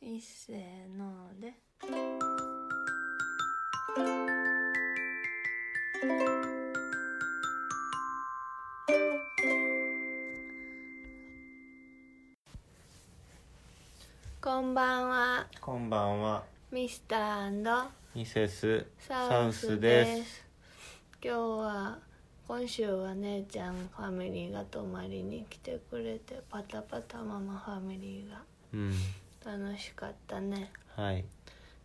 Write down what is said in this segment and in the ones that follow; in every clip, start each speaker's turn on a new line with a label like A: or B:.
A: いっせーのでこんばんは
B: こんばんは、
A: ミスター
B: ミセス
A: サ
B: サ
A: ウ
B: ウ
A: ス
B: ス
A: で
B: ですす。
A: 今日は今週は姉ちゃんファミリーが泊まりに来てくれてパタパタママファミリーが
B: うん、
A: 楽しかったね
B: はい、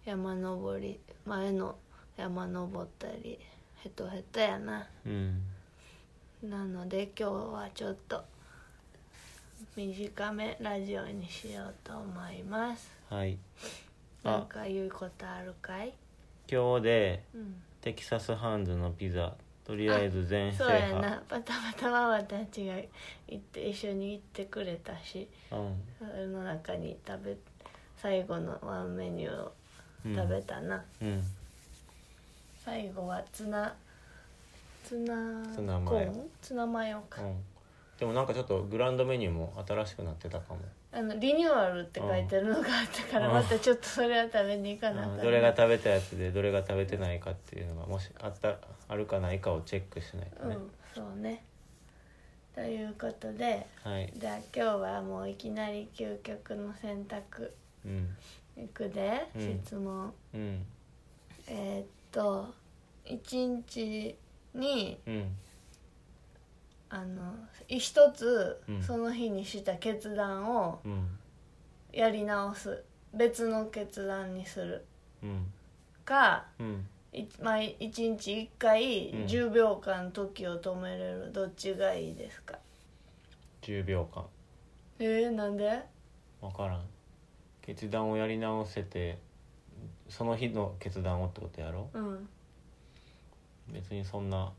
A: 山登り前の山登ったりヘトヘトやな
B: うん、
A: なので今日はちょっと短めラジオにしようと思います
B: はい。
A: な
B: あ
A: ん、か言うことあるかい
B: 今日で
A: うん
B: テキサスハンズのピザ、とりあえず全制
A: そうや
B: 覇。
A: なパタパタママたちが行って一緒に行ってくれたし
B: うん、
A: それの中に食べ最後のワンメニューを
B: うん
A: 食べたな、
B: うん、
A: 最後はツナツナ
B: ツナマヨ
A: コーンツナマヨか、
B: うん。でもなんかちょっとグランドメニューも新しくなってたかも。
A: あのリニューアルって書いてるのがあったから、
B: うん
A: またちょっとそれは食べに行かなあか
B: あ
A: んな
B: どれが食べたやつでどれが食べてないかっていうのがもしあったあるかないかをチェックしないと
A: う
B: ね、
A: んそうねということで
B: はい、
A: じゃあ今日はもういきなり究極の選択
B: うん、
A: いくで、
B: うん
A: 質問
B: うん、
A: えーっと1日に
B: うん、
A: あの一つ
B: うん
A: その日にした決断を
B: うん、
A: やり直す別の決断にする
B: うん、
A: か
B: うん、
A: い毎一日1回
B: うん
A: 10秒間時を止めれるどっちがいいですか
B: 10秒間。
A: えー、なんで
B: 分からん決断をやり直せてその日の決断をってことやろ
A: うん
B: 別にそんな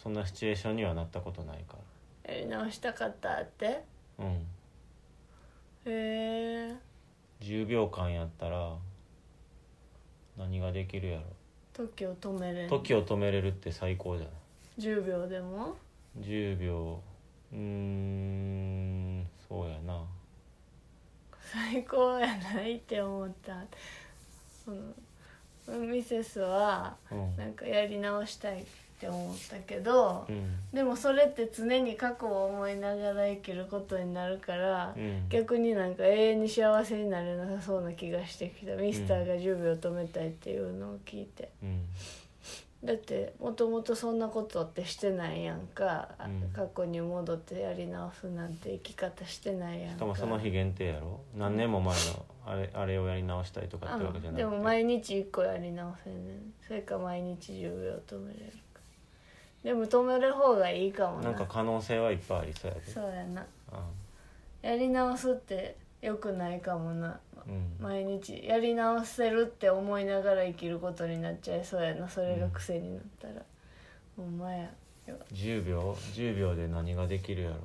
B: そんなシチュエーションにはなったことないか
A: やり直したかったって
B: らうん
A: えー、
B: 10秒間やったら何ができるやろ
A: 時を止めれる
B: 時を止めれるって最高じゃな
A: 10秒でも
B: い10秒うーんそうやな
A: 最高やないって思ったそのミセスは
B: うん
A: なんかやり直したいって思ったけど、
B: うん
A: でもそれって常に過去を思いながら生きることになるから、
B: うん
A: 逆になんか永遠に幸せになれなさそうな気がしてきたミスターが10秒止めたいっていうのを聞いて、
B: うん
A: だってもともとそんなことってしてないやんか、あ
B: うん
A: 過去に戻ってやり直すなんて生き方してないやん
B: し
A: か
B: かもその日限定やろ何年も前のあれあれをやり直したいとか
A: あ
B: ってわけじゃな
A: で
B: い
A: も毎日1個やり直せんねんそれか毎日10秒止めれるかでも止める方がいいかもな
B: なんか可能性はいっぱいありそうやで
A: そうやな
B: うん
A: やり直すってよくないかもな
B: うん
A: 毎日やり直せるって思いながら生きることになっちゃいそうやなそれが癖になったら、ほんまや
B: 10秒10秒で何ができるやろ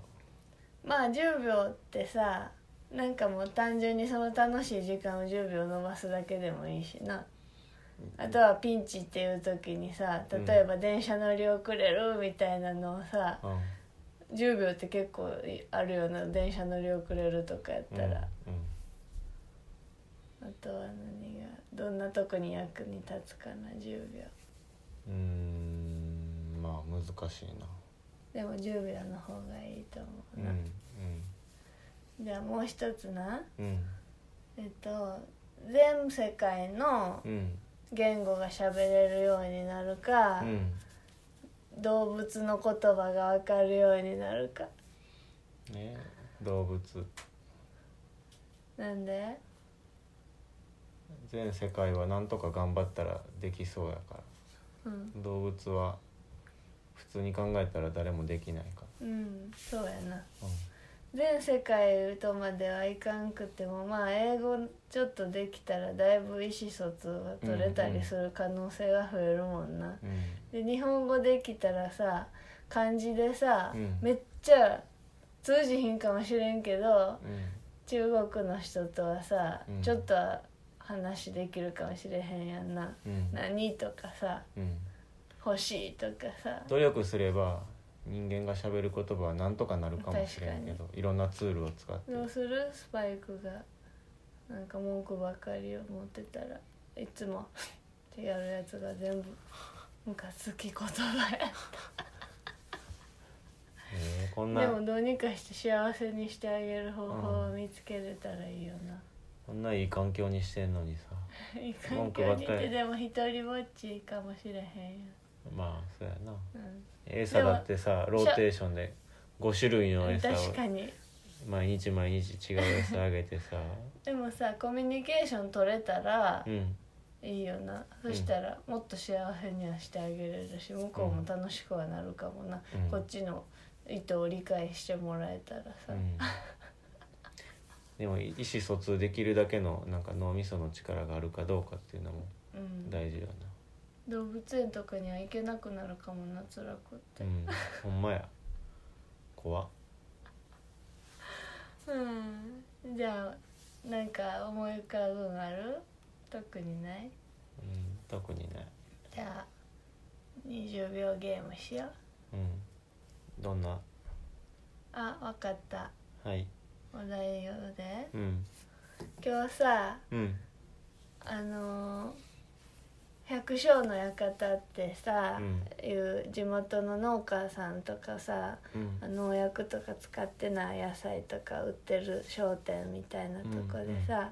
A: まあ10秒ってさなんかもう単純にその楽しい時間を10秒伸ばすだけでもいいしなあとはピンチっていう時にさ例えば電車乗り遅れるみたいなのをさ、
B: うん
A: 10秒って結構あるような電車乗り遅れるとかやったら、
B: う
A: あとは何がどんなとこに役に立つかな10秒
B: んうんうーんまあ難しいな
A: でも10秒の方がいいと思
B: う
A: うんな、じゃあもう一つな
B: うんうん
A: えっと全世界の
B: うん
A: 言語が喋れるようになるか、
B: うん
A: 動物の言葉がわかるようになるか
B: ね動物
A: なんで
B: 全世界は何とか頑張ったらできそうやから
A: うん、
B: 動物は普通に考えたら誰もできないか
A: うん、そうやな
B: ら、
A: 全世界とまではいかんくてもまあ英語ちょっとできたらだいぶ意思疎通が取れたりする可能性が増えるもんな、
B: うん
A: で日本語できたらさ漢字でさ、
B: うん
A: めっちゃ通じひんかもしれんけど
B: うん
A: 中国の人とはさ、
B: うん
A: ちょっとは話できるかもしれへんやんな「
B: うん
A: 何?」とかさ
B: うん、うん、
A: 「欲しい」とかさ
B: 努力すれば人間が喋る言葉は何とかなるかもしれんけどいろんなツールを使って
A: どうするスパイクがなんか文句ばっかりを持ってたらいつもってやるやつが全部ムカつき言葉や
B: えーこんな
A: でもどうにかして幸せにしてあげる方法を見つけれたらいいよな、
B: こんないい環境にしてんのにさ
A: いい環
B: 文句
A: 境
B: ばっ
A: にい
B: かり
A: てでも一人ぼっちかもしれへんよ、
B: まあそうやな
A: う
B: 餌だってさローテーションで5種類の
A: ん、
B: 餌を
A: 確かに
B: 毎日毎日違う餌あげ てさ
A: でもさコミュニケーション取れたら
B: うん
A: いいよな、そしたらもっと幸せにはしてあげれるし向こうも楽しくはなるかもな、
B: うん
A: こっちの意図を理解してもらえたら
B: う
A: さ、
B: んでも意思疎通できるだけのなんか脳みその力があるかどうかっていうのも
A: うん
B: 大事よ
A: 動物園とかには行けなくなるかもな辛くっ
B: な、う
A: て
B: ん、ほんまや怖っ
A: うんじゃあなんか思い浮かぶのある特にない
B: うん特にない、
A: じゃあ20秒ゲームしよう
B: うん、どんな
A: あわかった
B: はい
A: お題言うで
B: うん
A: 今日さ
B: うん
A: あのー百姓の館ってさ、
B: う
A: いう地元の農家さんとかさ
B: うん
A: 農薬とか使ってない野菜とか売ってる商店みたいなとこでさ、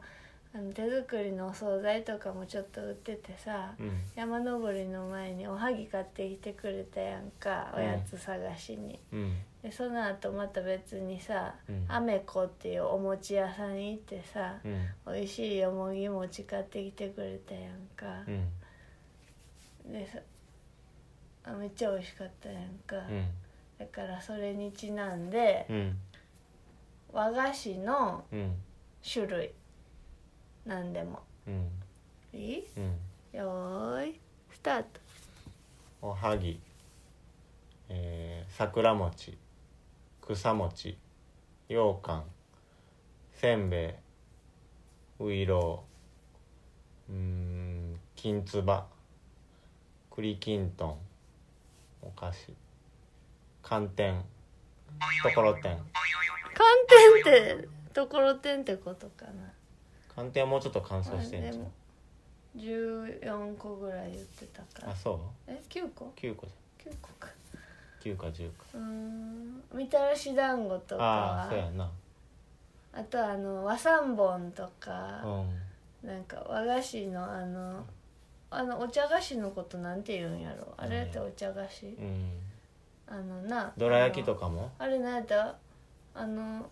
A: あの手作りのお惣菜とかもちょっと売っててさ、
B: うん
A: 山登りの前におはぎ買ってきてくれたやんかお
B: うん
A: やつ探しに、
B: うん
A: でその後また別にさ、
B: うん
A: アメコっていうお餅屋さんに行ってさ、
B: うん
A: 美味しいよもぎ餅買ってきてくれたやんか
B: う、ん
A: でさあめっちゃ美味しかったやんか、
B: うん
A: だからそれにちなんで、
B: うん
A: 和菓子の
B: うん
A: 種類何でも
B: うん
A: いい
B: うん
A: よーいスタート
B: おはぎ、えー、桜餅草餅羊羹せんべいウイロウうーんきんつば栗きんとんお菓子寒天ところてん
A: 寒天ってところてんってことかな
B: 寒天はもうちょっと乾燥してん
A: あ
B: じ
A: でも14個ぐらい言ってた
B: ゃん
A: か
B: あ
A: ら
B: そ
A: え9個
B: う9個じ
A: ?9 個か
B: ゃん9か10か
A: うーんみたらし団子と
B: ああ
A: か
B: ーそうやな
A: あとあの和三盆と
B: う
A: か、
B: ん
A: なんか和菓子のあのあのお茶菓子のことなんて言うんやろあれってお茶菓子、
B: うん
A: あのな
B: どら焼き
A: か
B: とかも
A: あれなんやったあの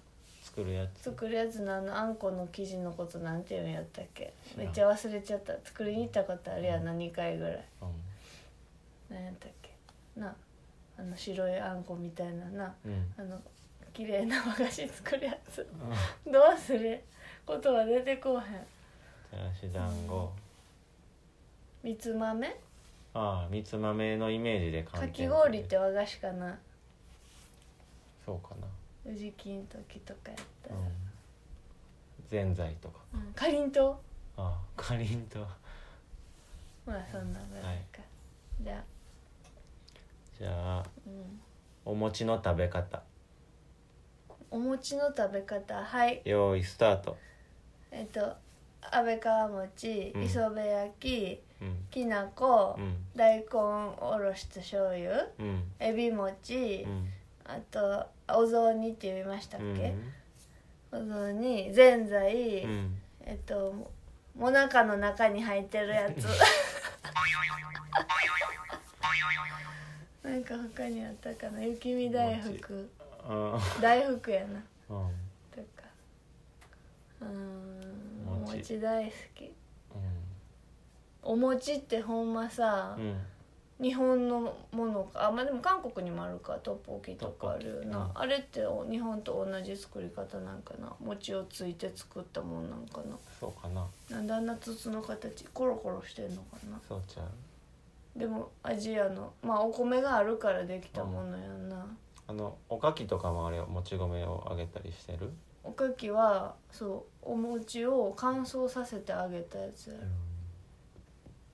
B: 作るやつ
A: 作るやつのあのあんこの生地のことなんて言うんやったっけ
B: 知ら
A: め
B: ん
A: っちゃ忘れちゃった作りに行ったことあるやんな2回ぐらい
B: うん
A: なんやったっけなあの白いあんこみたいなな
B: うん
A: あの綺麗な和菓子作るやつ
B: う ん
A: どうすることは出てこうへん
B: たらし団子
A: みつ豆
B: ああみつ豆のイメージで
A: か
B: 寒
A: き
B: 天
A: 氷って和菓子かな
B: そうかな
A: 宇治金時とかやったら、
B: うんぜんざいとか
A: うん、かりんとう
B: ああかりんとう
A: まあそんなぐらいか、じゃあ
B: じゃあ
A: うん
B: お餅の食べ方
A: お餅の食べ方はい
B: 用意スタート
A: えっと安倍川餅、
B: うん
A: 磯辺焼き
B: うん
A: きなこ、
B: うん
A: 大根おろしと醤油
B: うん
A: エビ餅、
B: うん
A: あとお雑煮って言いましたっ
B: うん
A: け、お雑煮ぜんざい、
B: うん
A: えっとももなかの中に入ってるやつなんか他にあったかな雪見大福
B: あ
A: 大福やな
B: あうん
A: とかうーんお
B: 餅
A: 餅大好き
B: う
A: お餅ってほんまさ、
B: んうん
A: 日本のものかあまあでも韓国にもあるかトッポッキとかあるよな、
B: う
A: あれってお日本と同じ作り方なんかな餅をついて作ったもんなんか
B: そうかな
A: ななんであんな筒の形コロコロしてんのかな
B: そうちゃん
A: でもアジアのまあお米があるからできたものやな、
B: あのおかきとかもあれよもち米をあげたりしてる
A: おかきはそうお餅を乾燥させてあげたやつや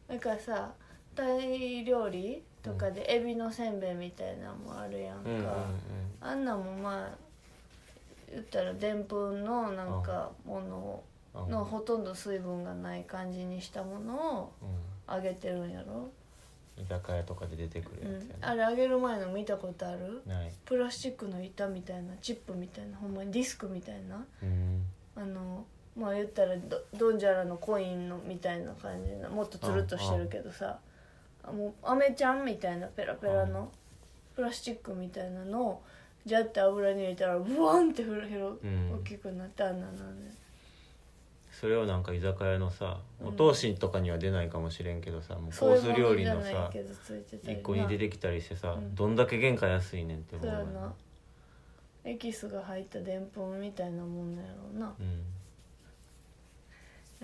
A: ろなんかさタイ料理とかでエビのせんべいみたいなのもあるやんか、
B: うんうんうん
A: あんなんもまあ言ったらでんぷんのなんかものを
B: ううん
A: のほとんど水分がない感じにしたものを
B: う
A: 揚げてるんやろ、
B: ん、居酒屋とかで出てく
A: う
B: るやつ
A: ん
B: や、
A: あれ揚げる前の見たことある
B: な、ない
A: プラスチックの板みたいなチップみたいなほんまにディスクみたいな
B: うん
A: あのまあ言ったらどドンジャラのコインのみたいな感じのもっとつるっとしてるけどさあもうアメちゃんみたいなペラペラ
B: うん
A: のプラスチックみたいなのをジャッて油に入れたらブワンってふるひろ
B: うん
A: 大きくなってあんなのね
B: それをなんか居酒屋のさお通しとかには出ないかもしれんけどさ、もう
A: そ
B: コ
A: うい
B: ー
A: うも
B: ス料
A: の
B: 理
A: じゃ
B: の
A: ない
B: さ
A: けどついてたり
B: 一個に出てきたりしてさ、
A: うん
B: どんだけ原価安いねんって思
A: そう
B: う
A: や
B: よ
A: なエキスが入ったでんぷんみたいなもんなんやろうな、
B: うん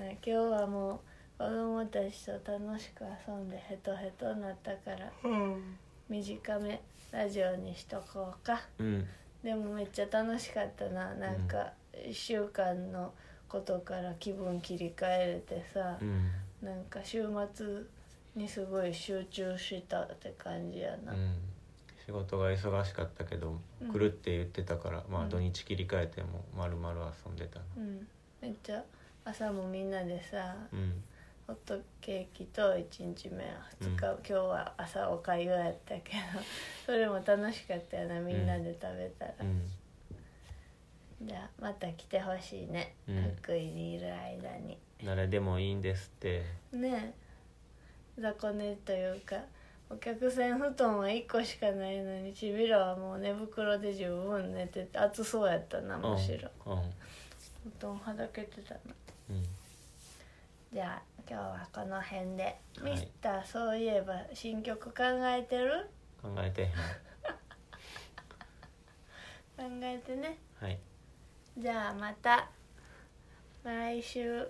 A: ね今日はもう子供たちと楽しく遊んでヘトヘトになったから、短めラジオにしとこうか
B: うん
A: でもめっちゃ楽しかったななんか1週間のことから気分切り替えれてさ
B: う、ん
A: なんか週末にすごい集中したって感じや
B: う
A: な、
B: ん仕事が忙しかったけど
A: うん
B: 来るって言ってたから、ま
A: う
B: あ
A: ん
B: 土日切り替えてもまるまる遊んでたな
A: うん、めっちゃ朝もみんなでさ
B: うん
A: ホットケーキと1日目2日、
B: う
A: 今
B: ん
A: 日は朝おかゆやったけど それも楽しかったよなみんなで食べたら、
B: うん
A: じゃあまた来てほしいね、
B: うん
A: 福井にいる間に
B: 誰でもいいんですって
A: ねえ雑魚寝というかお客さん布団は1個しかないのにちびらはもう寝袋で十分寝てて暑そうやったなむしろ
B: うんうん
A: 布団はだけてたな
B: うん
A: じゃあ今日はこの辺で、
B: はい
A: ミスターそういえば新曲考えてる
B: 考えてへん
A: 考えてね
B: はい
A: じゃあまた来週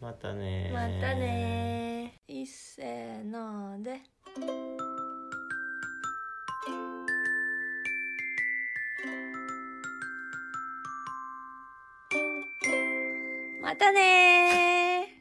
B: またねー
A: またねーいっせーのでまたねー